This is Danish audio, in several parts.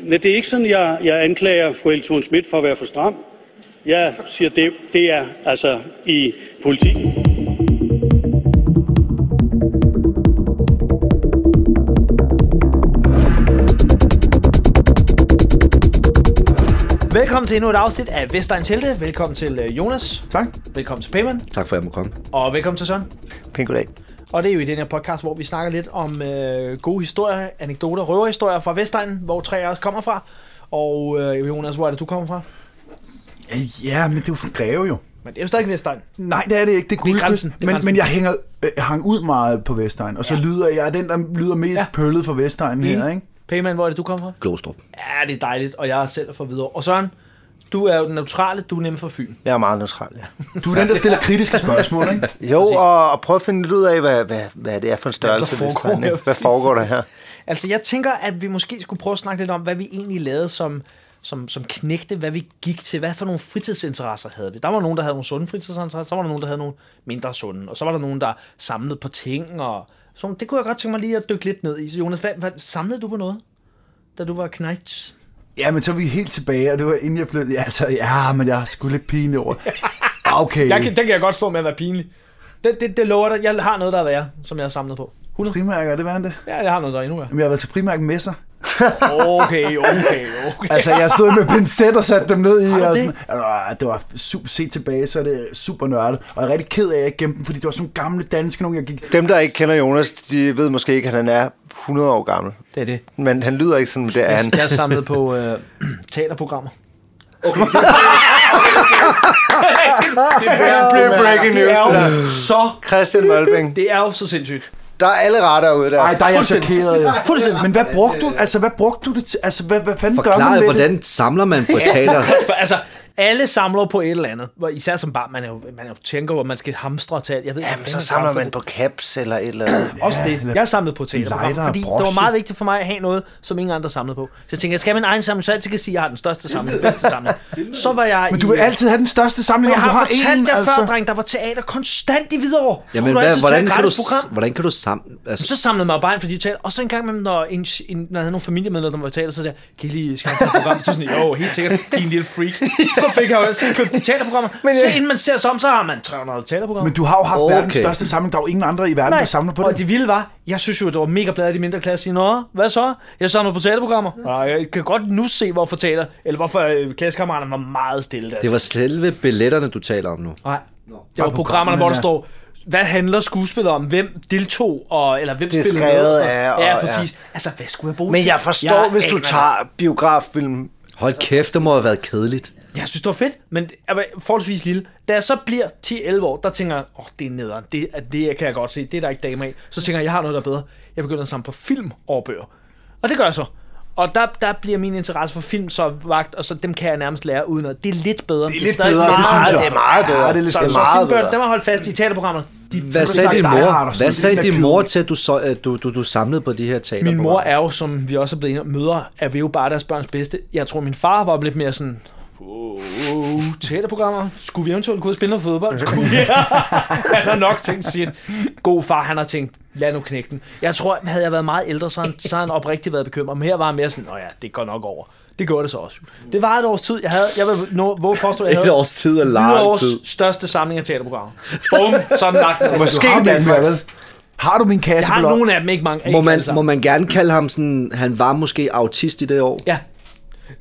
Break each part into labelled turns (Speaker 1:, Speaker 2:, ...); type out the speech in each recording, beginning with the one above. Speaker 1: Men det er ikke sådan, jeg, jeg anklager fru Elton Schmidt for at være for stram. Jeg siger, det, det er altså i politik.
Speaker 2: Velkommen til endnu et afsnit af Vestegn Telte. Velkommen til øh, Jonas.
Speaker 3: Tak.
Speaker 2: Velkommen til Payman.
Speaker 3: Tak for, at jeg må komme.
Speaker 2: Og velkommen til Søren.
Speaker 3: Pæn goddag.
Speaker 2: Og det er jo i den her podcast, hvor vi snakker lidt om øh, gode historier, anekdoter, røverhistorier fra Vestegnen, hvor tre af os kommer fra. Og øh, Jonas, hvor er det, du kommer fra?
Speaker 3: Øh, Ja, men det er jo for greve jo.
Speaker 2: Men det er jo stadig Vestegn.
Speaker 3: Nej, det er det ikke. Det er
Speaker 2: grænsen,
Speaker 3: guldkysten.
Speaker 2: det er
Speaker 3: Men,
Speaker 2: grænsen.
Speaker 3: men jeg hænger, øh, hang ud meget på Vestegn, og så ja. lyder jeg den, der lyder mest
Speaker 2: Ja.
Speaker 3: ja. pøllet for Vestegn her, ikke?
Speaker 2: Payman, hvor er det, du kommer fra?
Speaker 4: Glostrup.
Speaker 2: Ja, det er dejligt, og jeg er selv fra videre. Og Søren, du er jo den neutrale, du er nemlig fra Fyn.
Speaker 5: Jeg er meget neutral, ja.
Speaker 3: Du er den, der stiller kritiske spørgsmål, ikke?
Speaker 5: Jo, og, og prøv at finde lidt ud af, hvad, hvad, hvad det er for en størrelse.
Speaker 2: Hvad der
Speaker 5: hvis
Speaker 2: foregår
Speaker 5: der er en-
Speaker 2: her,
Speaker 5: Hvad
Speaker 2: præcis.
Speaker 5: foregår der her?
Speaker 2: Altså, jeg tænker, at vi måske skulle prøve at snakke lidt om, hvad vi egentlig lavede som, som, som knægte, hvad vi gik til, hvad for nogle fritidsinteresser havde vi. Der var nogen, der havde nogle sunde fritidsinteresser, så var der nogen, der havde nogle mindre sunde, og så var der nogen, der samlede på ting, og sådan. det kunne jeg godt tænke mig lige at dykke lidt ned i. Så Jonas, hvad, hvad samlede du på noget, da du var knægt?
Speaker 3: Ja, men så er vi helt tilbage, og det var inden jeg blev... Ja, altså, ja, men jeg er sgu lidt pinlig over. Ah, Okay. Jeg kan...
Speaker 2: den kan jeg godt stå med at være pinlig. Det, det, det lover dig. Jeg har noget, der er værre, som jeg har samlet på.
Speaker 3: Frimærker, er det værende?
Speaker 2: Ja, jeg har noget, der er endnu værre.
Speaker 3: Jamen, jeg har været til frimærken med sig.
Speaker 2: Okay, okay, okay.
Speaker 3: Altså, jeg stod med pincet og satte dem ned i.
Speaker 2: du
Speaker 3: Og
Speaker 2: det?
Speaker 3: sådan, altså, det var super set tilbage, så er det super nørdet. Og jeg er rigtig ked af, at jeg ikke gemte dem, fordi det var sådan nogle gamle danske nogen, jeg gik...
Speaker 5: Dem, der ikke kender Jonas, de ved måske ikke, at han er 100 år gammel.
Speaker 2: Det er det.
Speaker 5: Men han lyder ikke sådan, men det er han.
Speaker 2: Jeg, jeg samlede på øh, teaterprogrammer.
Speaker 5: Det er breaking
Speaker 2: Det er jo så
Speaker 5: Christian Mølbing.
Speaker 2: Det er jo så sindssygt.
Speaker 5: Der er alle retter ude der.
Speaker 3: Nej, der er jeg
Speaker 2: Fuldstændig.
Speaker 3: chokeret, jo.
Speaker 2: Fuldstændig.
Speaker 3: Men hvad brugte du, altså, hvad brugte du det til? Altså, hvad, hvad fanden gør man
Speaker 4: Forklar,
Speaker 3: med det?
Speaker 4: hvordan samler man på teater?
Speaker 2: For, altså, alle samler på et eller andet. Hvor Især som barn, man, er jo, man er jo tænker, hvor man skal hamstre til alt. Jeg ved, ikke,
Speaker 5: Jamen,
Speaker 2: hvad
Speaker 5: så
Speaker 2: fanden
Speaker 5: samler
Speaker 2: hamstrer
Speaker 5: man på caps eller et eller andet.
Speaker 2: Også det. Jeg samlede på teaterprogrammer,
Speaker 3: lighter,
Speaker 2: fordi det
Speaker 3: broche.
Speaker 2: var meget vigtigt for mig at have noget, som ingen andre samlede på. Så jeg tænkte, jeg skal have min egen samling, så jeg altid kan sige, at jeg har den største samling, den bedste samling. Så var jeg
Speaker 3: Men du
Speaker 2: i, øh,
Speaker 3: vil altid have den største samling,
Speaker 2: Jeg
Speaker 3: om
Speaker 2: har,
Speaker 3: du har
Speaker 2: fortalt
Speaker 3: en,
Speaker 2: jer
Speaker 3: altså.
Speaker 2: før, dreng, der var teater konstant i Hvidovre. Så
Speaker 4: Jamen,
Speaker 2: kunne
Speaker 4: hvad,
Speaker 2: altid tage
Speaker 4: hvordan,
Speaker 2: et
Speaker 4: kan du,
Speaker 2: gratis program.
Speaker 4: hvordan kan du samle... Altså,
Speaker 2: Så samlede man jo bare ind for de teater. Og så en gang imellem, når, en, en, når jeg havde nogle familiemedlemmer, der var i teater, så der, kan I lige skaffe et program? Så sådan, jo, helt sikkert, din lille freak. Så fik jeg jo så købt de teaterprogrammer. Men, så inden man ser sig om, så har man 300 teaterprogrammer.
Speaker 3: øh, Men du har jo haft okay. verdens
Speaker 4: Okay.
Speaker 3: største samling. Der er jo ingen andre i verden, der samler på
Speaker 2: og
Speaker 3: det.
Speaker 2: det vilde var, jeg synes jo, det var mega bladet i de mindre klasse. Sige, Nå, hvad så? Jeg samler på teaterprogrammer. Og jeg kan godt nu se, hvorfor teater, eller hvorfor øh, klassekammeraterne var meget stille. Der.
Speaker 4: det var selve billetterne, du taler om nu.
Speaker 2: Nej. Det var programmerne,
Speaker 3: programmerne,
Speaker 2: hvor der
Speaker 3: ja.
Speaker 2: står, hvad handler skuespillere om? Hvem deltog? Og, eller hvem
Speaker 5: Det er
Speaker 2: spillede med?
Speaker 5: skrevet
Speaker 2: og sådan noget.
Speaker 5: af, og-
Speaker 2: ja,
Speaker 5: ja.
Speaker 2: præcis. Altså, hvad skulle jeg bruge
Speaker 5: Men
Speaker 2: til?
Speaker 5: jeg forstår, jeg hvis du
Speaker 2: aner
Speaker 5: tager biograffilm.
Speaker 4: Hold kæft, det må have været kedeligt.
Speaker 2: det. Jeg synes, det var fedt, men jeg var forholdsvis lille. Da jeg så bliver 10-11 år, der tænker jeg, åh, oh, det er nederen. Det, er- det kan jeg godt se. Det er der ikke dame af. Så tænker jeg, jeg har noget, der er bedre. Jeg begynder at samle på film over bøger. Og det gør jeg så. Og der, der bliver min interesse for film så vagt, og så dem kan jeg nærmest lære uden at. Det er lidt bedre.
Speaker 3: Det er lidt bedre, det synes jeg.
Speaker 5: det er meget bedre.
Speaker 3: Ja, det er lidt
Speaker 2: Så,
Speaker 3: bedre.
Speaker 2: så
Speaker 5: meget
Speaker 2: filmbørn,
Speaker 5: bedre.
Speaker 2: dem har holdt fast i teaterprogrammerne. De
Speaker 4: Hvad sagde
Speaker 3: snakke
Speaker 4: din
Speaker 3: Die Hard og
Speaker 4: mor,
Speaker 3: sådan
Speaker 4: hvad
Speaker 3: noget.
Speaker 4: sagde
Speaker 3: Det er
Speaker 4: din
Speaker 3: kedeligt.
Speaker 4: mor til, at du, så, at du, du, du samlede på de her teater?
Speaker 2: Min mor er jo, som vi også er blevet enige om, mødre er vi jo bare deres børns bedste. Jeg tror, min far var lidt mere sådan, wow, teaterprogrammer. Skulle vi eventuelt kunne spille noget fodbold? Skulle vi? han har nok tænkt sit. God far, han har tænkt, lad nu knække den. Jeg tror, havde jeg været meget ældre, så havde han, så havde han oprigtigt været bekymret. Men her var han mere sådan, nå ja, det går nok over. Det gjorde det så også. Det var et års tid. Jeg havde, jeg vil nå, hvor påstår jeg, jeg
Speaker 4: Et
Speaker 2: havde
Speaker 4: års tid er lang tid.
Speaker 2: Hvidovres største samling af teaterprogrammer. Bum, sådan lagt ned.
Speaker 3: Du har dem ikke, vel? Har du min kasse
Speaker 2: Jeg har nogle af dem, ikke mange.
Speaker 4: Må
Speaker 2: ikke
Speaker 4: man,
Speaker 2: alle sammen.
Speaker 4: må man gerne kalde ham sådan, han var måske autist i det år?
Speaker 2: Ja.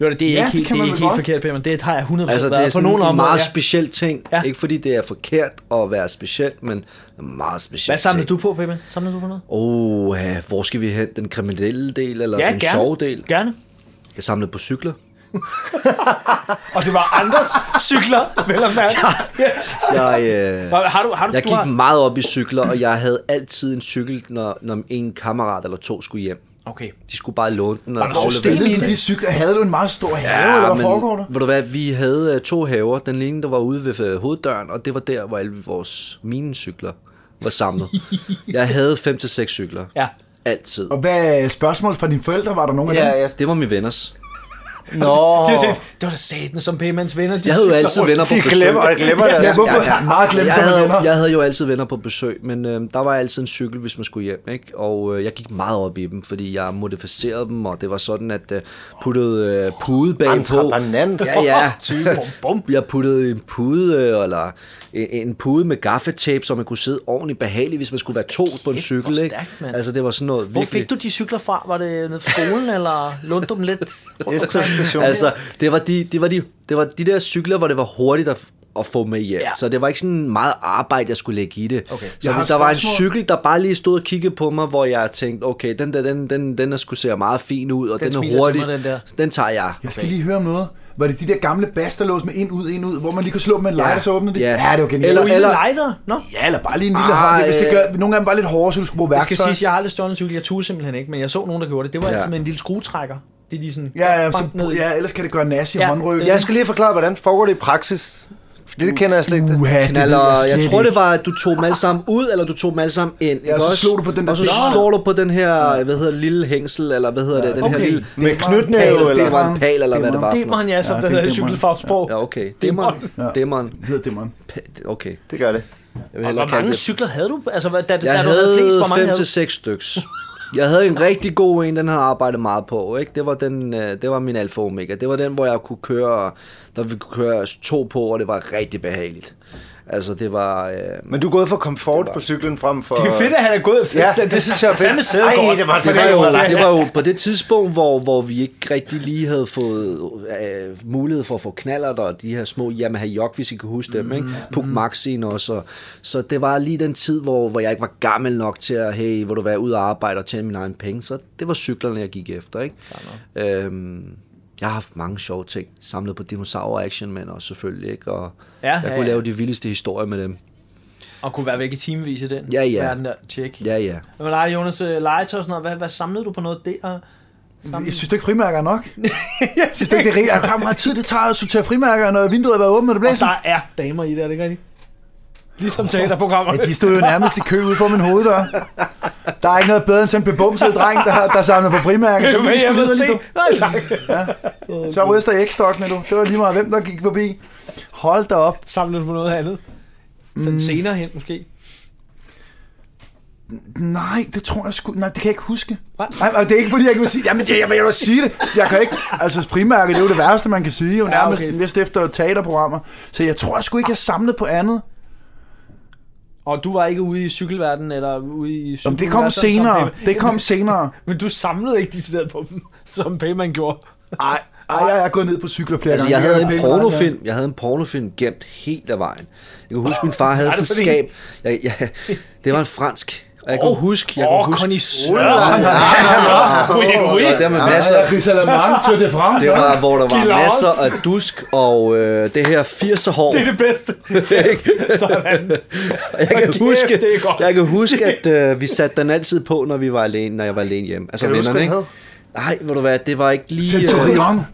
Speaker 2: Jo, det er ikke,
Speaker 3: Ja,
Speaker 2: ja,
Speaker 3: det
Speaker 2: det
Speaker 3: kan
Speaker 2: det er
Speaker 3: man
Speaker 2: ikke
Speaker 3: vel
Speaker 2: helt
Speaker 3: godt.
Speaker 2: forkert, Peter, men det har jeg 100%
Speaker 4: Altså, det er
Speaker 2: været på
Speaker 4: sådan
Speaker 2: nogle
Speaker 4: en
Speaker 2: områder.
Speaker 4: meget
Speaker 2: ja.
Speaker 4: speciel ting.
Speaker 2: Ja.
Speaker 4: Ikke fordi det er forkert at være speciel, men en meget speciel
Speaker 2: Hvad samlede
Speaker 4: ting.
Speaker 2: du på, Peter? Samlede du på noget?
Speaker 4: Åh, ja, hvor skal vi hen? Den kriminelle del, eller den sjove del?
Speaker 2: Gerne.
Speaker 4: Jeg samlede på cykler.
Speaker 2: Og det var andres cykler, vel at mærke. Ja.
Speaker 4: Jeg, øh,
Speaker 2: Har du, har du,
Speaker 4: jeg
Speaker 2: du
Speaker 4: gik
Speaker 2: har...
Speaker 4: meget op i cykler, og jeg havde altid en cykel, når, når en kammerat eller to skulle hjem.
Speaker 2: Okay.
Speaker 4: De skulle bare låne den og
Speaker 2: der
Speaker 4: aflevere
Speaker 2: system
Speaker 4: den.
Speaker 2: i
Speaker 3: Spillede du de cykler? Havde du en meget stor have, ja, eller
Speaker 4: Ja,
Speaker 3: hvad foregår der?
Speaker 4: men ved du hvad, vi havde øh, to haver. Den ene, der var ude ved øh, hoveddøren, og det var der, hvor alle vores mine cykler var samlet. jeg havde fem til seks cykler.
Speaker 2: Ja.
Speaker 4: Altid.
Speaker 3: Og hvad spørgsmål fra dine forældre? Var der nogen af
Speaker 5: Ja,
Speaker 3: dem?
Speaker 5: jeg,
Speaker 4: Det var min venners.
Speaker 5: Nå.
Speaker 2: De har set, det var da satan som Payman's venner. De
Speaker 4: Jeg havde jo
Speaker 2: cykler rundt."
Speaker 4: altid venner på
Speaker 5: De
Speaker 4: besøg.
Speaker 5: glemmer, jeg glemmer det.
Speaker 3: Ja,
Speaker 5: altså.
Speaker 3: hvorfor? Ja, ja. Meget glemt
Speaker 4: jeg,
Speaker 3: som
Speaker 4: havde,
Speaker 3: venner.
Speaker 4: jeg havde jo altid venner på besøg, men øh, der var altid en cykel, hvis man skulle hjem, ikke? og øh, jeg gik meget op i dem, fordi jeg modificerede dem, og det var sådan, at øh, puttede øh, pude bag på.
Speaker 5: Entreprenant.
Speaker 4: Ja, ja.
Speaker 2: Bum, bum.
Speaker 4: Jeg puttede en pude, øh, eller en, en pude med gaffetape, så man kunne sidde ordentligt behageligt, hvis man skulle være to på en
Speaker 2: Kæft,
Speaker 4: cykel.
Speaker 2: hvor
Speaker 4: ikke?
Speaker 2: stærkt, mand.
Speaker 4: altså, det var sådan noget
Speaker 2: Hvor
Speaker 4: virkelig...
Speaker 2: fik du de cykler fra? Var det nede fra skolen, eller lånte du dem lidt?
Speaker 5: S-togsstation.
Speaker 4: Altså, det var, de, det, var de, det var de der cykler, hvor det var hurtigt at, at få med hjem. Ja.
Speaker 2: Ja.
Speaker 4: Så det var ikke sådan meget arbejde, jeg skulle lægge i det.
Speaker 2: Okay.
Speaker 4: Så
Speaker 3: har
Speaker 4: hvis
Speaker 3: et
Speaker 4: der var en
Speaker 3: spørgsmål.
Speaker 4: cykel, der bare lige stod og kiggede på mig, hvor jeg tænkte, okay, den der, den, den, den er sgu ser meget fin ud, og
Speaker 2: Den
Speaker 4: den,
Speaker 2: smiler
Speaker 4: er
Speaker 2: til
Speaker 4: hurtig.
Speaker 2: mig, den der.
Speaker 4: den tager jeg.
Speaker 3: Jeg skal lige høre om noget. Var det de der gamle basterlås med ind, ud, ind, ud, hvor man lige kunne slå dem med en lighter, så åbnede de?
Speaker 4: Ja.
Speaker 3: ja det var genialt.
Speaker 4: Eller-
Speaker 2: Eller,
Speaker 4: eller-
Speaker 2: eller... lighter? Nå.
Speaker 3: Ja, eller bare lige en lille
Speaker 4: Ah,
Speaker 3: hånd. Hvis det
Speaker 4: øh.
Speaker 3: gør, nogle gange bare lidt hårdere, så du skulle bruge
Speaker 2: Jeg skal
Speaker 3: værktøj.
Speaker 2: sige, at jeg har aldrig stjålet en cykel. Jeg tog simpelthen ikke, men jeg så nogen, der gjorde det. Det var
Speaker 4: Ja.
Speaker 2: altid med en lille skruetrækker. Det er de sådan...
Speaker 3: Ja, ja, så,
Speaker 2: bank ned i.
Speaker 3: ja, ellers kan det gøre nas i
Speaker 2: Ja,
Speaker 3: håndryggen.
Speaker 5: Jeg skal lige forklare, hvordan foregår det i praksis. For Det kender jeg slet ikke.
Speaker 3: Uha, det ved
Speaker 4: Knaller, jeg,
Speaker 3: slet
Speaker 4: jeg tror,
Speaker 3: ikke.
Speaker 4: det var, at du tog dem alle sammen ud, eller du tog dem alle sammen ind. ikke
Speaker 3: og så
Speaker 4: også?
Speaker 3: slog du på den der
Speaker 4: Og så
Speaker 3: blå.
Speaker 4: slår du på den her, hvad hedder det, lille hængsel, eller hvad hedder det, den her
Speaker 2: okay.
Speaker 4: lille...
Speaker 5: Med
Speaker 4: Pal,
Speaker 5: knytnæve,
Speaker 4: det
Speaker 5: eller?
Speaker 4: var en pal, eller hvad det var. for noget.
Speaker 2: Demon, ja, som
Speaker 3: Ja,
Speaker 2: ja, det
Speaker 3: det
Speaker 2: hedder
Speaker 3: er
Speaker 2: i
Speaker 3: demon.
Speaker 2: cykelfagsprog.
Speaker 4: Ja, okay. Demon.
Speaker 3: Ja.
Speaker 4: Demon.
Speaker 3: Det hedder det, man.
Speaker 4: Pa- Okay.
Speaker 5: Det gør det.
Speaker 4: Jeg vil
Speaker 2: Og
Speaker 4: hellere
Speaker 2: hvor
Speaker 4: kalde
Speaker 2: mange
Speaker 4: det
Speaker 2: cykler havde du? Altså, hvad- da, da
Speaker 4: Jeg
Speaker 2: du havde flest, hvor mange
Speaker 4: havde
Speaker 2: havde
Speaker 4: 5
Speaker 2: du?
Speaker 4: til seks styks. Jeg havde en rigtig god en, den havde jeg arbejdet meget på. Ikke? Det, var den, øh, det var min alfa og omega. Det var den, hvor jeg kunne køre, der vi kunne køre os to på, og det var rigtig behageligt. Altså, det var... Øh,
Speaker 5: Men du er gået for komfort på cyklen frem for...
Speaker 2: Det er fedt, at han er gået efter.
Speaker 5: Ja,
Speaker 2: Ja, det synes jeg er fedt. Fandme sæde
Speaker 5: Ej,
Speaker 2: godt.
Speaker 5: det var,
Speaker 4: det, var
Speaker 5: jo...
Speaker 4: jo, det var jo på det tidspunkt, hvor, hvor vi ikke rigtig lige havde fået øh, mulighed for at få knaller og de her små Yamaha Jok, hvis I kan huske dem, ikke?
Speaker 2: Mm-hmm.
Speaker 4: Puk Maxin også. Og, så det var lige den tid, hvor, hvor jeg ikke var gammel nok til at, hey, hvor du være ude og arbejde og tjene mine egne penge. Så det var cyklerne, jeg gik efter, ikke? Øhm, jeg har haft mange sjove ting, samlet på dinosaurer actionmænd også selvfølgelig, ikke? Og ja,
Speaker 2: Ja,
Speaker 4: jeg
Speaker 2: ja,
Speaker 4: kunne
Speaker 2: ja.
Speaker 4: lave de vildeste historier med dem.
Speaker 2: Og kunne være væk i timevis i den
Speaker 4: Ja, ja.
Speaker 2: verden der. Tjek.
Speaker 4: Ja, ja.
Speaker 2: Men nej, Jonas, øh, legetøj og sådan noget. Hvad, hvad samlede du på noget der?
Speaker 3: Jeg synes du ikke, frimærker er nok? jeg synes du ikke, det er rigtigt. Jeg har meget tid, det tager at sortere frimærker, når vinduet har været åbent, og det
Speaker 2: Og
Speaker 3: blæser.
Speaker 2: der er damer i det, er det ikke rigtigt? Ligesom teaterprogrammer.
Speaker 3: Ja, de stod jo nærmest i kø ude for min hoveddør. Der er ikke noget bedre end sådan en bebumset dreng, der, der samler på frimærker. Så,
Speaker 2: Men jeg
Speaker 3: skulle
Speaker 2: vil se.
Speaker 3: videre lige,
Speaker 2: Nej, tak.
Speaker 3: du. så ryster jeg ikke stokkene, du. Det var lige meget, hvem der gik forbi. Hold da op.
Speaker 2: Samlede du på noget andet? Sådan
Speaker 4: Mm.
Speaker 2: senere hen, måske?
Speaker 3: Nej, det tror jeg sgu... Nej, det kan jeg ikke huske.
Speaker 2: Hvad?
Speaker 3: Nej, og det er ikke, fordi jeg ikke vil sige... Jamen, det, jeg vil jo sige det. Jeg kan ikke... Altså, frimærke, det er jo det værste, man kan sige. Jo, nærmest
Speaker 2: okay.
Speaker 3: næste efter teaterprogrammer. Så jeg tror jeg sgu ikke, jeg samlet på andet.
Speaker 2: Og du var ikke ude i cykelverdenen, eller ude i
Speaker 3: Jamen, det
Speaker 2: cykelverdenen,
Speaker 3: kom
Speaker 2: som
Speaker 3: senere.
Speaker 2: Payman-
Speaker 3: Det kom senere.
Speaker 2: Men du samlede ikke decideret på dem, som Payman gjorde.
Speaker 3: Ej, ej, jeg er gået ned på cykler flere
Speaker 4: Altså,
Speaker 3: gange.
Speaker 4: jeg havde
Speaker 3: Det er
Speaker 4: en
Speaker 3: pænt meget, ja.
Speaker 4: pornofilm, jeg havde en pornofilm gemt helt af vejen. Jeg kan huske, min far havde
Speaker 2: Er
Speaker 4: sådan
Speaker 2: det
Speaker 4: et skab. Jeg, jeg, det var en fransk. Og jeg kan huske, jeg
Speaker 2: Åh,
Speaker 4: kan huske,
Speaker 2: Connoisseur.
Speaker 4: og der med masser,
Speaker 3: Risalamande Tour de France.
Speaker 4: det var, hvor der var
Speaker 2: Guillaume.
Speaker 4: masser af dusk og øh, det her 80'er hår.
Speaker 2: Det er det bedste.
Speaker 4: Ikke?
Speaker 2: Sådan.
Speaker 4: jeg kan
Speaker 2: Kæft,
Speaker 4: huske,
Speaker 2: det er godt.
Speaker 4: jeg kan huske at øh, vi satte den altid på, når vi var alene, når jeg var alene hjemme. Altså
Speaker 5: Kan du huske,
Speaker 4: vennerne, ikke?
Speaker 5: hvad
Speaker 4: Nej,
Speaker 5: den
Speaker 4: hvor du hvad, det var ikke lige... øh,
Speaker 3: Centurion.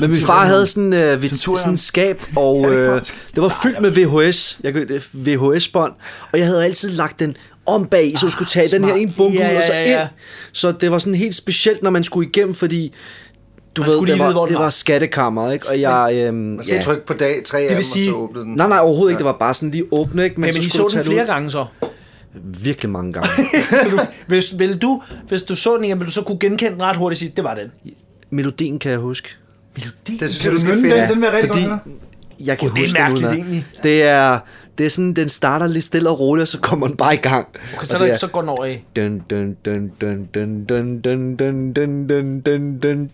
Speaker 4: Men min far havde sådan, øh, vid,
Speaker 3: Centurion.
Speaker 4: sådan en skab, og
Speaker 3: det er
Speaker 4: øh,
Speaker 3: fransk.
Speaker 4: det var fyldt med VHS. Jeg købte VHS-bånd, og jeg havde altid lagt den om bag, så du skulle tage den her en bunke
Speaker 2: Ah, Ja,
Speaker 4: ud og så
Speaker 2: ja, ja, ja.
Speaker 4: ind. Så det var sådan helt specielt, når man skulle igennem, fordi du ved,
Speaker 2: skulle
Speaker 4: det,
Speaker 2: lige
Speaker 4: var,
Speaker 2: vide, hvor den
Speaker 4: det
Speaker 2: var.
Speaker 4: var skattekammeret, ikke? Og jeg... Øhm,
Speaker 5: Man skal
Speaker 4: ja.
Speaker 5: trykke på dag 3
Speaker 2: vil sige-
Speaker 5: åbne den.
Speaker 4: Nej, nej, overhovedet ikke. Det var bare sådan lige åbne, ikke?
Speaker 2: Men,
Speaker 4: Men,
Speaker 2: men
Speaker 4: så
Speaker 2: I
Speaker 4: skulle
Speaker 2: så
Speaker 4: du
Speaker 2: den
Speaker 4: tage
Speaker 2: flere
Speaker 4: ud.
Speaker 2: gange så.
Speaker 4: Virkelig mange gange.
Speaker 2: Så du, hvis, vil du, hvis du så den igen, vil du så kunne genkende den ret hurtigt og sige, det var den.
Speaker 4: Melodien kan jeg huske.
Speaker 2: Melodi.
Speaker 5: Det synes
Speaker 3: Kan
Speaker 5: jeg,
Speaker 3: du
Speaker 5: du skal
Speaker 3: nynne
Speaker 5: finde.
Speaker 3: den? Den vil jeg rigtig
Speaker 4: fordi
Speaker 3: godt høre.
Speaker 4: jeg kan
Speaker 2: det er
Speaker 4: huske
Speaker 2: mærkeligt,
Speaker 4: den
Speaker 2: egentlig.
Speaker 4: egentlig. Det er, det er sådan, den starter lidt stille og roligt, og så kommer den bare i gang.
Speaker 2: Okay,
Speaker 4: Og
Speaker 2: så, er
Speaker 4: det
Speaker 2: der,
Speaker 4: er-
Speaker 2: så går den over i.
Speaker 4: Dun, dun, dun, dun, dun, dun, dun, dun, dun, dun, dun, dun,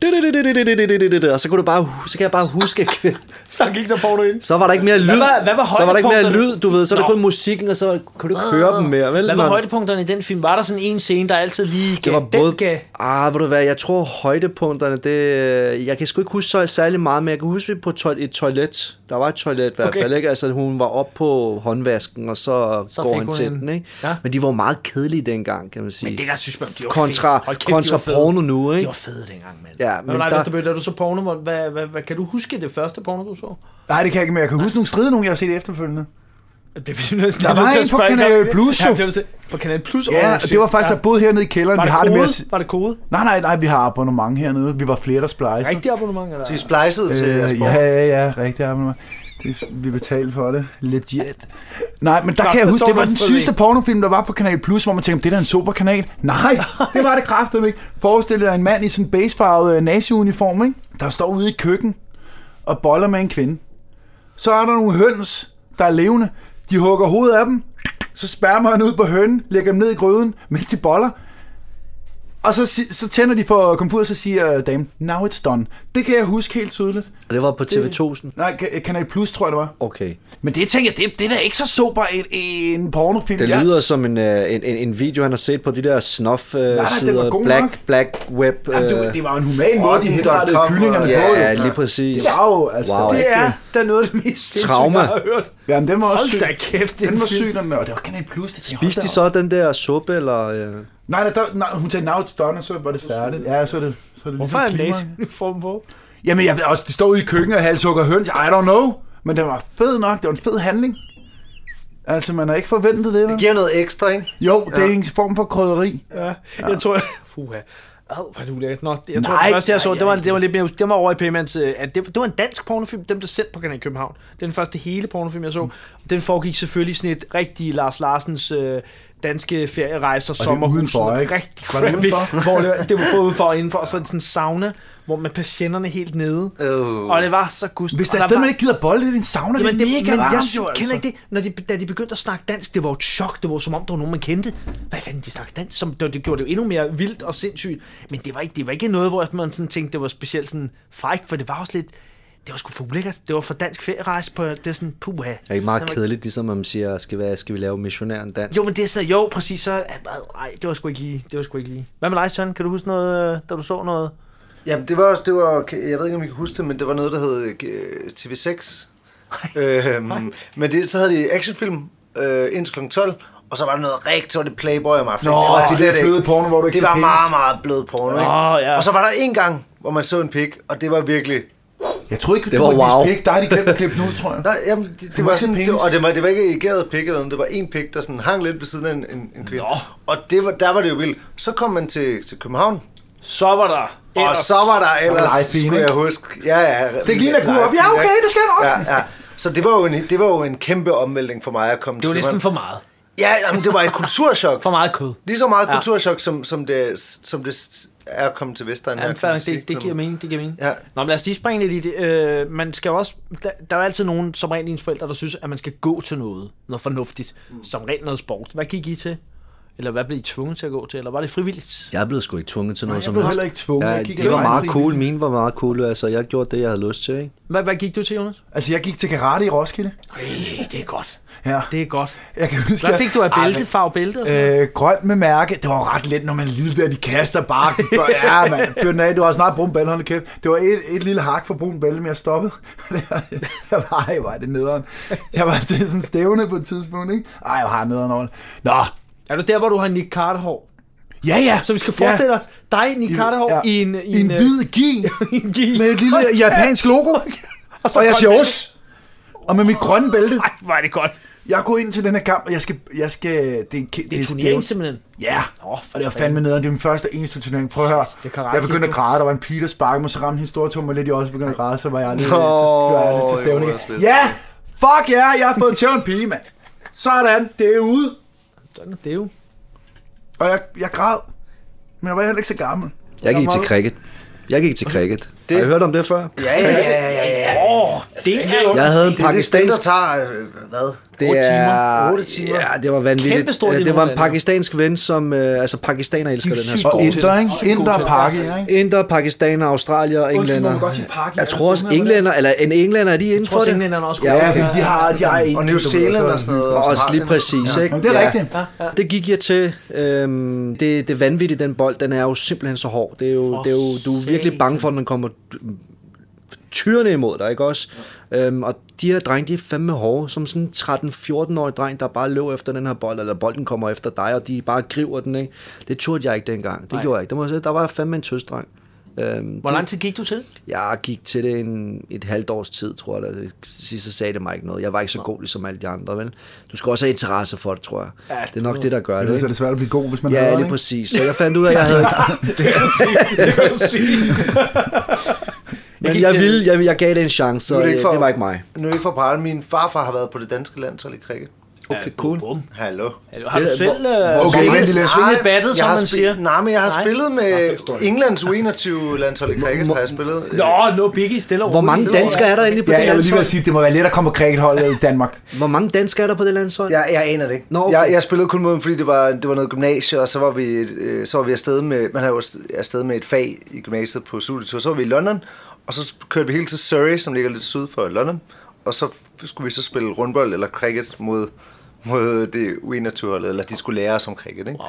Speaker 4: dun. Og så kunne du bare, hu- så kan jeg bare huske, at-
Speaker 2: Så gik der på du ind.
Speaker 4: så var der ikke mere lyd.
Speaker 2: var- hvad var
Speaker 4: så var der ikke mere
Speaker 2: højdepunkterne?
Speaker 4: lyd, du ved. Så var der
Speaker 2: Nå.
Speaker 4: kun musikken, og så kunne du ikke høre dem mere. Vel,
Speaker 2: Hvad var
Speaker 4: mand?
Speaker 2: højdepunkterne i den film? Var der sådan en scene, der altid lige gav,
Speaker 4: det var både...
Speaker 2: den gav?
Speaker 4: Ah, ved du hvad, jeg tror højdepunkterne, det... øh, Jeg kan sgu ikke huske så særlig meget, men jeg kan huske, vi på toil- et toilet. Der var et toilet i hvert
Speaker 2: Okay.
Speaker 4: fald, ikke? Altså, hun var op på håndvasken, og så,
Speaker 2: Så
Speaker 4: så går
Speaker 2: fik
Speaker 4: hun
Speaker 2: hun
Speaker 4: til
Speaker 2: en-
Speaker 4: den, ikke?
Speaker 2: Ja.
Speaker 4: Men de var jo meget kedelige dengang, kan man sige.
Speaker 2: Men det der synes man, de var
Speaker 4: kontra,
Speaker 2: fede. Hold kæft,
Speaker 4: kontra
Speaker 2: de var fede.
Speaker 4: porno nu,
Speaker 2: De
Speaker 4: ikke?
Speaker 2: var fede dengang, mand.
Speaker 4: Ja,
Speaker 2: men
Speaker 4: men
Speaker 2: Hvad,
Speaker 4: der-
Speaker 2: der... Vesterbøl, da du så porno, hvor- hvad, Det er vi næsten
Speaker 3: Der var
Speaker 2: nødt til
Speaker 3: en
Speaker 2: at
Speaker 3: på
Speaker 2: spørge
Speaker 3: Kanal
Speaker 2: om det.
Speaker 3: Plus,
Speaker 2: ja,
Speaker 3: jo.
Speaker 2: det vil sige, på Kanal Plus.
Speaker 3: Ja,
Speaker 2: oh,
Speaker 3: og det var faktisk, der boede hernede i kælderen.
Speaker 2: var
Speaker 3: vi
Speaker 2: det
Speaker 3: har
Speaker 2: kode?
Speaker 3: det med at... si-
Speaker 2: Var det kode?
Speaker 3: Nej, nej, nej, vi har abonnement hernede. Vi var flere, der splejser.
Speaker 2: Rigtig abonnement, eller?
Speaker 5: De er splicet til jeres
Speaker 3: Øh,
Speaker 5: sprog.
Speaker 3: ja, ja, ja, rigtig abonnement. Det, vi betalte for det. Legit. Nej, men der kan jeg
Speaker 2: der
Speaker 3: huske,
Speaker 2: så
Speaker 3: det var
Speaker 2: man
Speaker 3: den
Speaker 2: stadig
Speaker 3: sidste
Speaker 2: en.
Speaker 3: pornofilm, der var på Kanal Plus, hvor man tænkte, det er da en super kanal. Nej, det var det kraftedeme ikke. Forestil dig en mand i sådan en basefarvet øh, nazi-uniform, ikke? der står ude i køkken og boller med en kvinde. Så er der nogle høns, der er levende. De hugger hovedet af dem, så spærmer han ud på hønnen, lægger dem ned i gryden, mens de boller. Og så, si- så tænder de for komfur, og så siger øh, damen, now it's done. Det kan jeg huske helt tydeligt.
Speaker 4: Og det var på TV2'sen.
Speaker 3: Nej, Ka- øh, Kanal Plus, tror jeg, det var.
Speaker 4: Okay.
Speaker 3: Men det tænker jeg, det, det er da ikke så sober en, en pornofilm.
Speaker 4: Det
Speaker 3: Jeg-
Speaker 4: lyder som en, øh, en, en, en video, han har set på de der snuff-sider.
Speaker 3: Nej,
Speaker 4: Øh,
Speaker 3: den var
Speaker 4: sider.
Speaker 3: god
Speaker 4: black,
Speaker 3: nok.
Speaker 4: black web. Øh,
Speaker 3: Jamen, det, var- det var en human måde, de
Speaker 5: Rotten.com
Speaker 3: henrettede
Speaker 5: og-
Speaker 3: kyllingerne
Speaker 5: Ja,
Speaker 3: på.
Speaker 4: ja,
Speaker 3: jo.
Speaker 4: lige præcis.
Speaker 3: Det var jo, altså.
Speaker 4: Wow.
Speaker 3: Det
Speaker 2: Det
Speaker 3: er,
Speaker 2: er da noget af det mest sindssyge,
Speaker 4: Trauma.
Speaker 2: jeg har hørt.
Speaker 3: jamen, den var også
Speaker 2: Hold
Speaker 3: syg.
Speaker 2: da kæft, det er
Speaker 3: Den
Speaker 2: en
Speaker 3: var
Speaker 2: film.
Speaker 3: syg, den og det var Kanal Plus. Det tænkte jeg,
Speaker 4: Spiste de
Speaker 3: hold
Speaker 4: så den der suppe, eller... Øh?
Speaker 3: da op. Nej, nej, der, nej, hun sagde, now it's done, og så var det færdigt. Ja, så er det, så er det
Speaker 2: Hvorfor er han
Speaker 3: klimaks.
Speaker 2: nazi-uniform på?
Speaker 3: Jamen, jeg ved også, de står ude i køkkenet og halshugger høns. I don't know. Men den var fed nok. Det var en fed handling. Altså, man har ikke forventet det,
Speaker 5: Det
Speaker 3: vel?
Speaker 5: giver noget ekstra, ikke?
Speaker 3: Jo, det er en form for krydderi.
Speaker 2: Ja, jeg tror... Fuha. Ad, hvor er det ulækkert. Nå, jeg tror,
Speaker 3: Nej,
Speaker 2: den første, jeg så,
Speaker 3: nej,
Speaker 2: det var, en-
Speaker 3: nej.
Speaker 2: det var lidt mere... Det var over i Payman's... øh, At det, det var en dansk pornofilm, dem der sendt på Kanal København. Det er den første hele pornofilm, jeg så. Den foregik selvfølgelig i sådan et rigtig Lars Larsens... Øh, danske ferierejser,
Speaker 3: det er
Speaker 2: sommerhus,
Speaker 3: udenfor, ikke?
Speaker 2: rigtig
Speaker 3: Var det
Speaker 2: crappy,
Speaker 3: udenfor?
Speaker 2: hvor det, var- det var både udenfor og indenfor, og sådan sådan en sauna, hvor man patienterne helt nede,
Speaker 5: Øh.
Speaker 2: og det var så gust.
Speaker 3: Hvis
Speaker 2: og
Speaker 3: der er
Speaker 2: der
Speaker 3: et sted,
Speaker 2: var-
Speaker 3: man ikke gider bolle, det er din sauna.
Speaker 2: Jamen,
Speaker 3: det er mega varmt,
Speaker 2: jeg
Speaker 3: jo,
Speaker 2: kender
Speaker 3: altså.
Speaker 2: ikke det. Når de, da de begyndte at snakke dansk, det var jo et chok. Det var som om, der var nogen, man kendte. Hvad fanden, de snakkede dansk? Som, det, det gjorde det jo endnu mere vildt og sindssygt. Men det var ikke, det var ikke noget, hvor man sådan tænkte, det var specielt sådan frækt, for det var også lidt... Det var sgu for ulækkert. Det var for dansk ferierejse på... Det er sådan, puha.
Speaker 4: Er det ikke meget kedeligt, ligesom man siger, skal, vi, skal vi lave missionæren dansk?
Speaker 2: Jo, men det er sådan, jo, præcis, så... Nej, det var sgu ikke lige. Det var sgu ikke lige. Hvad med dig, Søren? Kan du huske noget, øh, da du så noget?
Speaker 5: Jamen, det var også, det var, jeg ved ikke, om I kan huske det, men det var noget, der hed øh, TV6. øhm, men det, så havde de actionfilm øh, indtil kl. 12, og så var der noget rigtig, så var det Playboy om aftenen.
Speaker 3: Nå,
Speaker 5: var
Speaker 3: det er
Speaker 5: slet
Speaker 3: det bløde
Speaker 5: ikke-
Speaker 3: porno, hvor du ikke
Speaker 5: Det
Speaker 3: ser
Speaker 5: var
Speaker 3: penis.
Speaker 5: meget, meget blød porno, ikke?
Speaker 2: Åh, ja.
Speaker 5: Og så var der en gang, hvor man så en pik, og det var virkelig...
Speaker 3: Jeg troede ikke,
Speaker 4: Det
Speaker 3: du
Speaker 4: var
Speaker 3: måtte vise
Speaker 4: wow.
Speaker 3: pik. Der har de glemt at klippe nu, tror jeg.
Speaker 5: Nej, jamen, det, det,
Speaker 3: må
Speaker 5: var
Speaker 3: ikke se
Speaker 5: sådan, det,
Speaker 3: penis.
Speaker 5: og det var, det var ikke egeret pik eller noget, det var en pik, der sådan hang lidt ved siden af en, en, en kvinde. Og det var, der var det jo vildt. Så kom man til, til København,
Speaker 2: Så var der...
Speaker 5: og så var der ellers,
Speaker 3: live pin,
Speaker 5: skulle
Speaker 3: ikke?
Speaker 5: jeg huske... Ja, ja.
Speaker 3: Stik lige en agurk op. Ja,
Speaker 5: Live pin,
Speaker 3: okay,
Speaker 5: ikke?
Speaker 3: det skal nok.
Speaker 5: Ja, ja. Så det var, jo en, det var jo en kæmpe omvæltning for mig at komme
Speaker 2: Det var
Speaker 5: til
Speaker 2: næsten
Speaker 5: København.
Speaker 2: for meget.
Speaker 5: Ja, jamen, det var et kulturschok.
Speaker 2: For meget kød.
Speaker 5: Lige så meget kulturschok, som, som, det, som det er at komme til Vestegn.
Speaker 2: Ja, men fair nok, det, det giver mening, det giver mening.
Speaker 5: Ja.
Speaker 2: Nå, men lad os lige springe lidt i det. Øh, man skal jo også, der, der er jo altid nogen, som regel ens forældre, der synes, at man skal gå til noget, noget fornuftigt, mm. som rent noget sport. Hvad gik I til? Eller hvad blev I tvunget til at gå til? Eller var det frivilligt?
Speaker 4: Jeg er blevet sgu ikke tvunget til noget
Speaker 3: Jeg
Speaker 4: som
Speaker 3: blev
Speaker 4: helst.
Speaker 3: heller ikke tvunget.
Speaker 4: Ja,
Speaker 3: Jeg gik
Speaker 4: det var
Speaker 3: alene.
Speaker 4: meget cool. Mine var meget cool. Altså, jeg gjorde det, jeg havde lyst til, ikke?
Speaker 2: Hvad, hvad gik du til, Jonas?
Speaker 3: Altså, jeg gik til karate i Roskilde.
Speaker 2: Øh, det er godt.
Speaker 3: Ja.
Speaker 2: Det er godt.
Speaker 3: Jeg kan huske,
Speaker 2: Hvad fik du af
Speaker 3: Ej,
Speaker 2: bælte, farve bælte? Og sådan noget?
Speaker 3: Øh, grønt med mærke, det var jo ret let, når man er lille der, de kaster bare. Ja, mand, fyr den af, du har snart brun balle, hold da kæft. Det var et, et lille hak for brun balle, men jeg stoppede. jeg var, ej, var det nederen. Jeg var til sådan en stævne på et tidspunkt, ikke? Ej, jeg har nederen over. det. Nå,
Speaker 2: Er du der, hvor du har Nick Carter-hår?
Speaker 3: ja, ja.
Speaker 2: Så vi skal forestille os dig, Nick Carter-hår,
Speaker 3: ja.
Speaker 2: i en...
Speaker 3: I en
Speaker 2: øh,
Speaker 3: hvid gi
Speaker 2: i en gi.
Speaker 3: med et lille japansk logo.
Speaker 2: Og så
Speaker 3: Og jeg
Speaker 2: grøn
Speaker 3: shorts. Og med mit grønne bælte.
Speaker 2: bælte. Ej, hvor er det godt.
Speaker 3: Jeg går ind til den her kamp, og jeg skal... Jeg skal det, er, en kæ-
Speaker 2: Det er
Speaker 3: stævn.
Speaker 2: turnering simpelthen.
Speaker 3: Ja,
Speaker 2: Nå,
Speaker 3: og
Speaker 2: for
Speaker 3: det var
Speaker 2: fanden.
Speaker 3: fandme nederen. Det var min første og eneste turnering. Prøv at høre.
Speaker 2: Det er karate,
Speaker 3: jeg begyndte at
Speaker 2: du.
Speaker 3: græde. Der var en pige, der sparkede mig, så ramte hendes store tumme lidt i også begyndte at græde. Så var jeg lidt, så
Speaker 5: Nå,
Speaker 3: skulle jeg lidt til
Speaker 5: jo, det er
Speaker 3: stævning.
Speaker 5: spids.
Speaker 3: Ja, fuck ja, yeah, jeg har fået tævet en pige, mand. Sådan, det er ude.
Speaker 2: Sådan er det jo.
Speaker 3: Og jeg, jeg græd. Men jeg var heller ikke så gammel.
Speaker 4: Jeg gik
Speaker 3: var
Speaker 4: til
Speaker 3: meget-
Speaker 4: cricket. Jeg gik til cricket. Det... Har I hørt om det før?
Speaker 5: Ja, ja, ja, ja, ja.
Speaker 2: Det er
Speaker 4: Jeg havde en
Speaker 5: Det er det sted, der
Speaker 4: pakistansk...
Speaker 5: tager, øh, hvad?
Speaker 4: Det
Speaker 2: Otte timer.
Speaker 4: er...
Speaker 5: Otte timer.
Speaker 4: Ja, det var vanvittigt.
Speaker 2: Kæmpestor
Speaker 4: Øh, det var en
Speaker 2: limonade, ja.
Speaker 4: pakistansk ven, som... Øh, altså, pakistaner elsker den her
Speaker 3: Og
Speaker 4: sport.
Speaker 3: inder, ikke?
Speaker 2: Psykopat.
Speaker 3: Inder og pakke, ikke?
Speaker 4: Inder, pakistaner, australier,
Speaker 3: må man
Speaker 4: englænder.
Speaker 3: godt sige pakke?
Speaker 4: Jeg tror også,
Speaker 3: Er det dumme,
Speaker 4: englænder... Eller en englænder, er de inden
Speaker 2: Jeg tror,
Speaker 4: for
Speaker 2: at
Speaker 4: det?
Speaker 2: englænderne også
Speaker 4: Ja,
Speaker 2: kunne-
Speaker 3: Ja, fordi de har, de har en.
Speaker 5: Og New Zealand og sådan noget.
Speaker 4: Også
Speaker 5: Australien.
Speaker 4: lige præcis, ja. ikke?
Speaker 3: Jamen, det er rigtigt.
Speaker 4: Det gik jeg til. Øhm, det, det er vanvittigt, den bold. Den er jo simpelthen så hård. Det er jo, det er jo, du er virkelig bange for, at den kommer tyrene imod dig, ikke også? Øhm, og de her drenge, de er fandme hårde. Som sådan en 13-14-årig dreng, der bare løber efter den her bold, eller bolden kommer efter dig, og de bare griber den, ikke? Det turde jeg ikke dengang. Det gjorde jeg ikke. Det må jeg sige, der var jeg fandme en tøsdreng. Øhm,
Speaker 2: Hvor lang tid gik du til?
Speaker 4: Jeg gik til det en, et halvt års tid, tror jeg. da. Sidst så sagde det mig ikke noget. Jeg var ikke så god ligesom alle de andre, vel? Du skal også have interesse for det, tror jeg. Ja, det er nok det, der gør det.
Speaker 3: Ellers er
Speaker 4: Ikke?
Speaker 3: det svært at blive god, hvis man hader
Speaker 4: Ja,
Speaker 3: det,
Speaker 4: lige
Speaker 3: ikke?
Speaker 4: præcis. Så jeg fandt ud af, at jeg havde...
Speaker 2: Det kan du sige.
Speaker 4: Men jeg, ville, jeg, jeg gav det en chance, så øh,
Speaker 5: Nu er
Speaker 4: det, det var ikke mig.
Speaker 5: Nu er det ikke for at prale. Min farfar har været på det danske landshold i cricket.
Speaker 4: Okay, cool.
Speaker 2: Bum.
Speaker 5: Hallo.
Speaker 2: Har du
Speaker 4: Det-
Speaker 2: selv
Speaker 4: hvor-
Speaker 2: øh,
Speaker 4: hvor-
Speaker 3: Okay,
Speaker 2: svinget-
Speaker 3: vent lige lidt.
Speaker 2: svinget battet,
Speaker 5: jeg
Speaker 2: som
Speaker 5: har
Speaker 2: man
Speaker 5: spil-
Speaker 2: siger?
Speaker 5: Nej, men jeg har
Speaker 2: Nej.
Speaker 5: spillet
Speaker 4: Nå,
Speaker 5: med
Speaker 4: det forstår jeg
Speaker 5: Englands U21-landshold i cricket, har jeg spillet.
Speaker 2: Nå, nu Biggie stille og
Speaker 4: Hvor
Speaker 2: roligt.
Speaker 4: mange danskere er der egentlig på
Speaker 3: Ja,
Speaker 4: det
Speaker 3: jeg vil lige
Speaker 4: landshold?
Speaker 3: ved at sige, at det må være let at komme på cricketholdet i Danmark.
Speaker 4: Hvor mange danskere er der på det landshold?
Speaker 5: Jeg, jeg aner det ikke.
Speaker 4: Nå, okay.
Speaker 5: jeg, jeg spillede kun mod dem, fordi det var, det var noget gymnasie, og så var vi, øh, så var vi afsted med, man havde jo afsted med et fag i gymnasiet på studietur. Så var vi i London, og så kørte vi hele til Surrey, som ligger lidt syd for London. Og så skulle vi så spille rundbold eller cricket mod, mod det U21-holdet, eller de skulle lære os om cricket, ikke? Wow.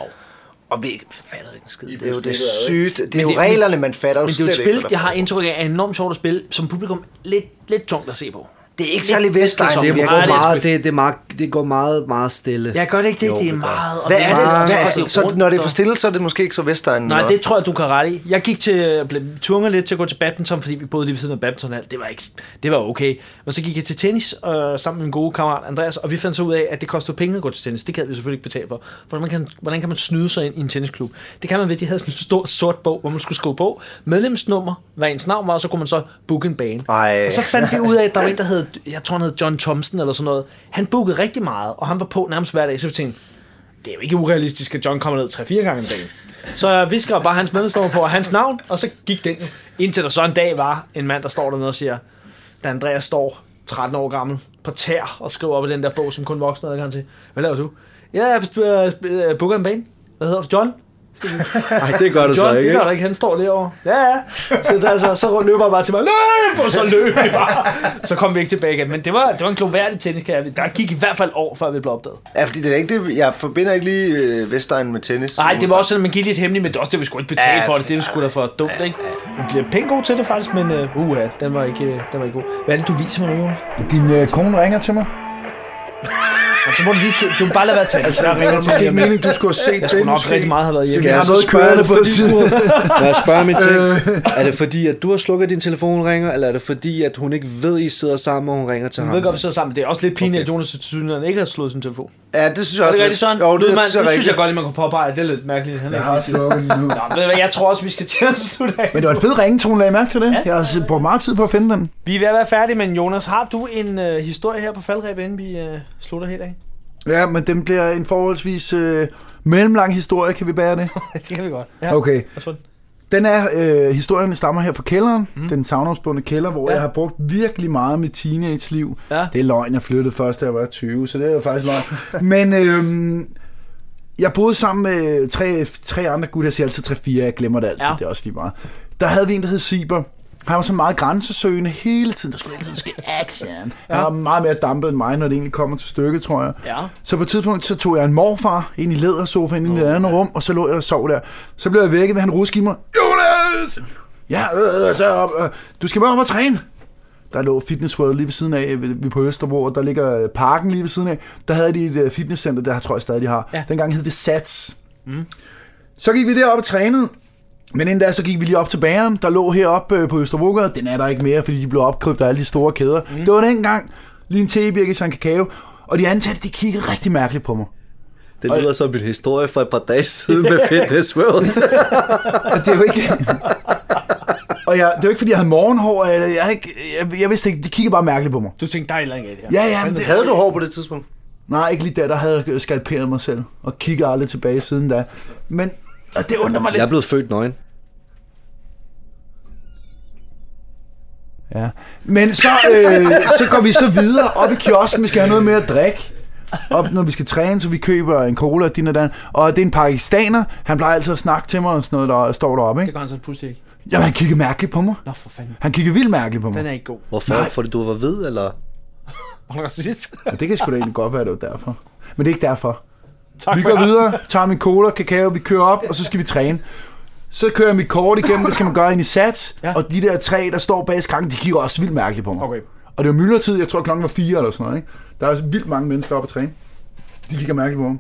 Speaker 5: Og vi fattede ikke en skid. Det er jo det sygt. Det er jo
Speaker 2: det-
Speaker 5: reglerne, man fatter jo
Speaker 2: Men det er jo et
Speaker 5: slet ikke,
Speaker 2: spil,
Speaker 5: hvad der
Speaker 2: jeg har indtryk af, er enormt sjovt at spille, som publikum lidt, lidt tungt at se på.
Speaker 5: Det er ikke særlig
Speaker 2: som-
Speaker 5: Vestegn.
Speaker 4: Det
Speaker 5: Det
Speaker 2: Ja,
Speaker 4: går
Speaker 2: det er
Speaker 4: meget,
Speaker 2: sgu-
Speaker 4: det, det, er meget, det går meget, meget stille.
Speaker 2: Jeg gør det ikke det,
Speaker 4: Jo,
Speaker 2: det er
Speaker 4: det gør
Speaker 2: meget... og
Speaker 5: Hvad er
Speaker 2: meget-
Speaker 5: det? Hvad
Speaker 2: og
Speaker 5: er,
Speaker 2: er
Speaker 5: så
Speaker 2: rundt,
Speaker 5: når det er for
Speaker 2: og-
Speaker 5: stille, så er det måske ikke så Vestegn?
Speaker 2: Nej,
Speaker 5: eller
Speaker 2: det tror jeg, du kan rette i. Jeg gik til, blev tvunget lidt til at gå til badminton, fordi vi boede lige ved siden af badmintonhal. Det var, ikke, det var okay. Og så gik jeg til tennis øh, sammen med min gode kammerat Andreas, og vi fandt så ud af, at det kostede penge at gå til tennis. Det kan vi selvfølgelig ikke betale for. Hvordan kan, hvordan kan man snyde sig ind i en tennisklub? Det kan man ved, at de havde sådan en stor sort bog, hvor man skulle skrive på medlemsnummer, hvad ens navn var, og så kunne man så booke en bane.
Speaker 5: Ej.
Speaker 2: Og så fandt vi ud af, at der var en, der hed, jeg tror han hed John Thompson eller sådan noget. Han bookede rigtig meget, og han var på nærmest hver dag, så vi tænkte, det er jo ikke urealistisk, at John kommer ned 3-4 gange om dagen. Så jeg visker bare hans medlemsnummer på og hans navn, og så gik den. Indtil der så en dag var en mand, der står dernede og siger, da Andreas står 13 år gammel på tær og skriver op i den der bog, som kun voksne havde adgang til. Hvad laver du? Ja, jeg uh, booker en bane. Hvad hedder du? John?
Speaker 4: Nej, det gør det så
Speaker 2: John,
Speaker 4: ikke.
Speaker 2: det
Speaker 4: ikke?
Speaker 2: gør der ikke. Han står derovre. Ja, ja. Så, der, så, så løber jeg bare til mig. Løb! Og så løb jeg bare. Så kom vi ikke tilbage igen. Men det var, det var en gloværdig tenniskarriere. Der gik i hvert fald år, før vi blev opdaget.
Speaker 5: Ja, fordi det er ikke det, jeg forbinder ikke lige øh, Vestegn med tennis.
Speaker 2: Nej, det var også sådan, at man gik lidt hemmeligt, men det var også det, vi skulle ikke betale
Speaker 5: Ja,
Speaker 2: for det. Det vi skulle da for dumt, ikke? Man bliver pænt god til det faktisk, men uh, uha, den var, ikke, øh, den var ikke god. Hvad er det, du viser mig nu? Jonas?
Speaker 3: Din øh, kone ringer til mig.
Speaker 2: Og så må du lige til, du må bare lade være til.
Speaker 3: Altså, jeg ringer til mig. Det er meningen, du skulle have set
Speaker 2: Jeg skulle nok rigtig meget have været hjemme.
Speaker 3: Skal jeg så spørge dig på siden?
Speaker 4: Lad os spørge min ting.
Speaker 2: Øh.
Speaker 4: Er det fordi, at du har slukket din telefon ringer, eller er det fordi, at hun ikke ved, I sidder sammen, og hun ringer til
Speaker 2: Jeg
Speaker 4: ham?
Speaker 2: ved godt, vi sidder sammen. Det er også lidt pinligt, at Jonas til synligheden ikke har slået sin telefon. Er
Speaker 5: Ja, det synes jeg
Speaker 2: det
Speaker 5: også.
Speaker 2: ikke
Speaker 5: lidt.
Speaker 2: rigtigt, Søren?
Speaker 5: Jo, det,
Speaker 2: Lydmand,
Speaker 5: synes jeg,
Speaker 2: det synes jeg
Speaker 5: godt.
Speaker 2: godt, at man kunne påpege. Det er lidt mærkeligt. Han er
Speaker 3: Jeg
Speaker 2: ikke
Speaker 3: har slukket nu.
Speaker 2: Nå, ved du hvad, jeg tror også, vi skal til at slutte af.
Speaker 3: Men det var en fed ringetone, lagde I mærke til det? Jeg har brugt meget tid på at finde den.
Speaker 2: Vi er ved at være færdige, men Jonas, har du en øh, historie her på faldreb, inden vi øh, slutter helt af?
Speaker 3: Ja, men den bliver en forholdsvis øh, mellemlang historie, kan vi bære det?
Speaker 2: det kan vi godt. Ja.
Speaker 3: Okay.
Speaker 2: lad os få den.
Speaker 3: Den er, øh, historien stammer her fra kælderen, mm. den savnomspundne kælder, hvor
Speaker 2: Mhm. Ja.
Speaker 3: ja. jeg har brugt virkelig meget af mit teenage-liv.
Speaker 2: Ja.
Speaker 3: Det er løgn, jeg flyttede først, da jeg var 20, så det er jo faktisk løgn. Men øh, jeg boede sammen med tre, tre andre gutter, jeg siger altid 3-4, jeg glemmer det altid,
Speaker 2: Ja.
Speaker 3: ja. det er også lige meget. Der havde vi en, der hed Siber. Han var så meget grænsesøgende hele tiden. Der skulle hele tiden ske action. Han var meget mere dampet end mig, når det egentlig kommer til stykket, tror jeg.
Speaker 2: Ja.
Speaker 3: Så på et tidspunkt, så tog jeg en morfar ind i lædersofaen ind i et andet rum, og så lå jeg og sov der. Så blev jeg vækket, ved han ruske i mig. Jonas! Ja, øh, øh, så op. Øh, du skal bare op og træne. Der lå Fitness World lige ved siden af, ved- vi er på Østerbro, og der ligger øh, parken lige ved siden af. Der havde de et øh, fitnesscenter, der tror jeg stadig de har.
Speaker 2: Ja. Mm.
Speaker 3: Ja. Dengang hed det Sats. Så gik vi derop og trænede. Men inden da, så gik vi lige op til bageren, der lå heroppe øh, på Østerbrogade. Den er der ikke mere, fordi de blev opkøbt af alle de store kæder. Mm. Det var dengang. Lige en tebirke, så en kakao. Og de ansatte, de kiggede rigtig mærkeligt på mig.
Speaker 4: Det lyder som en historie fra et par dage siden med Fitness World.
Speaker 3: Og det er jo ikke... og jeg, det er jo ikke, fordi jeg havde morgenhår. Eller jeg, havde ikke, jeg, jeg, vidste ikke, de kiggede bare mærkeligt på mig.
Speaker 2: Du tænkte, der er et eller andet galt her.
Speaker 3: Ja, ja, men det,
Speaker 5: Havde du hår på det tidspunkt?
Speaker 3: Nej, ikke lige da, der havde jeg skalperet mig selv. Og kigger aldrig tilbage siden da. Men og det undrer mig lidt.
Speaker 4: Jeg er blevet født nøgen.
Speaker 3: Ja. Men så, øh, så går vi så videre op i kiosken, vi skal have noget mere at drikke. Op, når vi skal træne, så vi køber en cola og din og dan. Og det er en pakistaner, han plejer altid at snakke til mig og sådan noget, der står deroppe.
Speaker 2: Det
Speaker 3: Ikke?
Speaker 2: gør han så pludselig ikke.
Speaker 3: Jamen, han kiggede mærkeligt på mig.
Speaker 2: Nå, for fanden.
Speaker 3: Han kiggede vildt mærkeligt på
Speaker 2: Den
Speaker 3: mig.
Speaker 2: er ikke god.
Speaker 4: Hvorfor? Nej. Fordi du var ved, eller?
Speaker 2: Var du racist?
Speaker 3: Ja, det kan sgu da egentlig godt være, det var derfor. Men det er ikke derfor.
Speaker 2: tak
Speaker 3: Vi
Speaker 2: for
Speaker 3: går
Speaker 2: det.
Speaker 3: videre, tager min cola, kakao, vi kører op, og så skal vi træne. Så kører jeg mit kort igennem, det skal man gøre ind i sats.
Speaker 2: Ja.
Speaker 3: Ja. Og de der tre, der står bag skranken, de kigger også vildt mærkeligt på mig.
Speaker 2: Okay.
Speaker 3: Og det var myldretid, jeg tror klokken var fire eller sådan noget. Ikke? Der er altså vildt mange mennesker op at træne. De kigger mærkeligt på mig.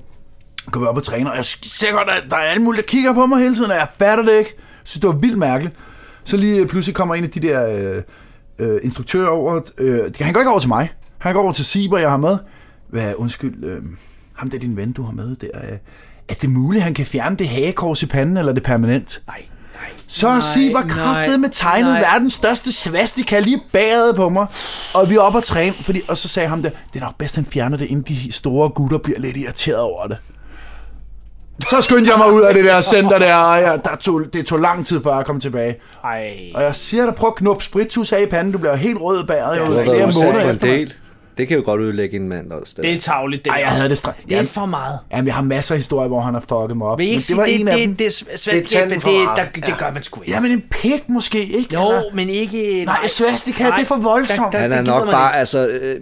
Speaker 3: Går vi op og træner, og jeg ser godt, at der er alle mulige, der kigger på mig hele tiden, og jeg fatter det ikke. Jeg synes, det var vildt mærkeligt. Så lige øh, pludselig kommer en af de der øh, øh, instruktører over. Øh, han går ikke over til mig. Han går over til Sieber, jeg har med. Hvad, undskyld, øh, ham der din ven, du har med der. Øh, er det muligt, han kan fjerne det hagekors i panden, eller er det permanent? Nej. Så har Sieber
Speaker 2: nej,
Speaker 3: kraftet med tegnet
Speaker 2: nej.
Speaker 3: verdens største svastika lige bagede på mig. Og vi er oppe og træne, fordi, og så sagde ham der, det er nok bedst, han fjerner det, inden de store gutter bliver lidt irriteret over det. Så skyndte jeg mig ud af det der center der, og jeg, der tog, det tog lang tid, før jeg kom tilbage.
Speaker 2: Ej.
Speaker 3: Og jeg siger dig, prøv at knuppe spritus af i panden, du bliver helt rød i bæret. Jeg
Speaker 4: Du
Speaker 3: var
Speaker 4: har
Speaker 3: flere
Speaker 4: været udsat
Speaker 3: måneder
Speaker 4: for en
Speaker 3: efter.
Speaker 4: del. Det kan jo godt ødelægge en mand også.
Speaker 2: Det er tavligt, det
Speaker 3: Ej,
Speaker 2: der.
Speaker 3: jeg havde det stræk.
Speaker 2: Det er for meget.
Speaker 3: Jamen, jeg har masser af historier, hvor han har fucket mig op.
Speaker 2: Vil I
Speaker 3: Men
Speaker 2: ikke
Speaker 3: det
Speaker 2: sige,
Speaker 3: var
Speaker 2: det,
Speaker 3: en
Speaker 2: det,
Speaker 3: af dem.
Speaker 2: det, det, er svært,
Speaker 5: Det er tanden
Speaker 2: det,
Speaker 5: for
Speaker 2: det,
Speaker 5: meget.
Speaker 2: der, det gør man sgu ikke.
Speaker 3: Jamen, en pik måske, ikke?
Speaker 2: jo,
Speaker 3: Eller-
Speaker 2: men ikke...
Speaker 3: Nej, svastika, det er for voldsomt.
Speaker 2: Der- der-
Speaker 4: Han
Speaker 2: det
Speaker 4: er
Speaker 2: gider
Speaker 4: nok
Speaker 2: man
Speaker 4: bare,
Speaker 2: ikke.
Speaker 4: altså, øh,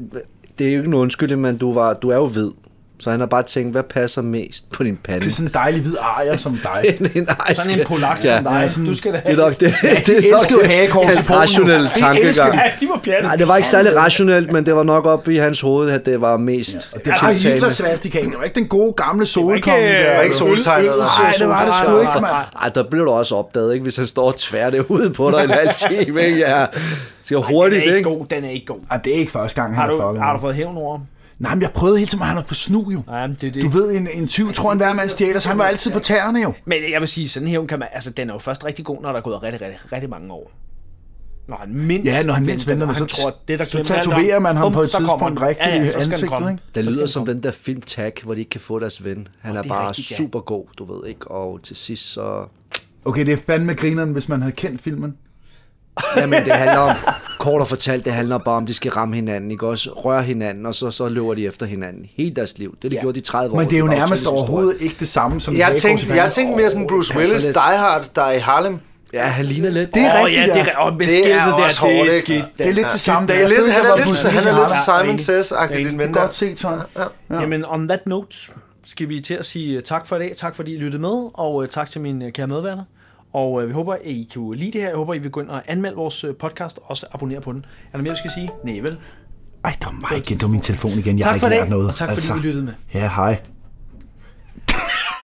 Speaker 4: det er jo ikke en undskyldning, men du, var, du er jo hvid. Så han har bare tænkt, hvad passer mest på din pande?
Speaker 3: Det er sådan en dejlig hvid ejer som dig.
Speaker 2: Sådan en polak som dig. Du skal da
Speaker 4: Det er nok det. det er nok
Speaker 3: elskede
Speaker 4: det.
Speaker 3: hagekors i
Speaker 4: Hans
Speaker 3: Polen.
Speaker 4: rationelle
Speaker 3: De elskede
Speaker 4: tankegang.
Speaker 2: Ja, de var pjatte.
Speaker 4: Nej, det var ikke særlig rationelt, men det var nok op i hans hoved, at det var mest ja,
Speaker 3: Det var Hitler svastika. Det var ikke den gode gamle solkonge.
Speaker 2: øh,
Speaker 5: Det
Speaker 3: der.
Speaker 5: var ikke soltegnet.
Speaker 3: Nej, det var det sgu ikke, mand.
Speaker 4: Ej, der bliver du også opdaget, ikke? Hvis han står og tværer det ud på dig en halv time, ikke? Ja. Det skal hurtigt,
Speaker 2: Den er ikke
Speaker 4: ikke?
Speaker 2: god, den er ikke god.
Speaker 3: Ej, det er ikke første gang, han
Speaker 2: Har
Speaker 3: har,
Speaker 2: du,
Speaker 3: fucket
Speaker 2: har du
Speaker 3: mig.
Speaker 2: fået hævn over? ham?
Speaker 3: Nej, men jeg prøvede hele tiden, at han er på snu jo.
Speaker 2: Nej, men det er det.
Speaker 3: Du ved, en, en tyv tror en hver mand stjæler, så han var altid på tæerne jo.
Speaker 2: Men jeg vil sige, sådan en hævn kan man... Altså, den er jo først rigtig god, når der er gået rigtig, rigtig, rigtig mange år. Når han mindst...
Speaker 3: Ja, når han
Speaker 2: venter,
Speaker 3: mindst venter,
Speaker 2: og
Speaker 3: men
Speaker 2: han
Speaker 3: så-
Speaker 2: tror, at det, der
Speaker 3: så
Speaker 2: glemmer alt om-
Speaker 3: tatoverer man ham
Speaker 2: Bum,
Speaker 3: på et
Speaker 2: så kommer
Speaker 3: tidspunkt
Speaker 2: den.
Speaker 3: rigtigt
Speaker 2: Ja, ja,
Speaker 3: i
Speaker 2: så skal den
Speaker 3: ansigtet,
Speaker 2: komme.
Speaker 3: ikke?
Speaker 4: Det lyder som den der film Tag, hvor de ikke kan få deres ven. Han er,
Speaker 2: det er
Speaker 4: bare
Speaker 2: rigtigt, ja.
Speaker 4: super god, du ved, ikke? Og til sidst så...
Speaker 3: Okay, det er fandme grineren, hvis man havde kendt filmen.
Speaker 4: Jamen, det handler om... Kort og fortalt, det handler bare om, at de skal ramme hinanden, ikke? Også røre hinanden, og så, så løber de efter hinanden. Hele deres liv. Det har de
Speaker 2: Ja.
Speaker 4: gjort i 30 år.
Speaker 3: Men det er jo
Speaker 4: var
Speaker 3: nærmest
Speaker 4: autentisk historie.
Speaker 3: overhovedet ikke det samme som
Speaker 5: Jeg
Speaker 3: Hagekors i
Speaker 5: tænkte, jeg
Speaker 3: Paris.
Speaker 5: tænkte mere sådan
Speaker 2: Altså,
Speaker 5: Bruce Willis,
Speaker 4: lidt.
Speaker 5: Die Hard, der er i Harlem.
Speaker 4: Ja, han ligner lidt.
Speaker 3: Det er
Speaker 2: Åh,
Speaker 3: rigtigt,
Speaker 2: ja, det er, og med
Speaker 5: Det er
Speaker 2: skiltet der,
Speaker 5: også hårdt,
Speaker 2: det er
Speaker 5: ikke?
Speaker 2: skidt.
Speaker 5: Det
Speaker 3: Det er lidt det samme, da
Speaker 5: Det er
Speaker 3: jeg
Speaker 5: lidt,
Speaker 3: følte,
Speaker 5: han
Speaker 3: jeg
Speaker 5: er
Speaker 3: var på
Speaker 5: lidt, han er
Speaker 3: Sydney
Speaker 5: lidt
Speaker 3: Harbour.
Speaker 5: Simon
Speaker 2: Enig.
Speaker 5: Says-agtig, din
Speaker 3: Det
Speaker 5: ven
Speaker 3: er
Speaker 5: der.
Speaker 3: godt set, Tøj.
Speaker 2: Ja. Jamen, on that note, skal vi til at sige øh, tak for i dag. Tak fordi I lyttede med, og øh, tak til mine øh, kære medværter. Og øh, vi håber, at I kan lide det her. Jeg håber, I vil gå ind og anmelde vores øh, podcast, og også abonnere på den. Er der mere, vi skal sige? Nej, vel?
Speaker 3: Ej, det var mig igen. Det var min telefon igen. Jeg har
Speaker 2: Tak for
Speaker 3: ikke
Speaker 2: i
Speaker 3: lært
Speaker 2: dag,
Speaker 3: noget. Altså.
Speaker 2: og tak fordi I lyttede med.
Speaker 3: Ja, hej.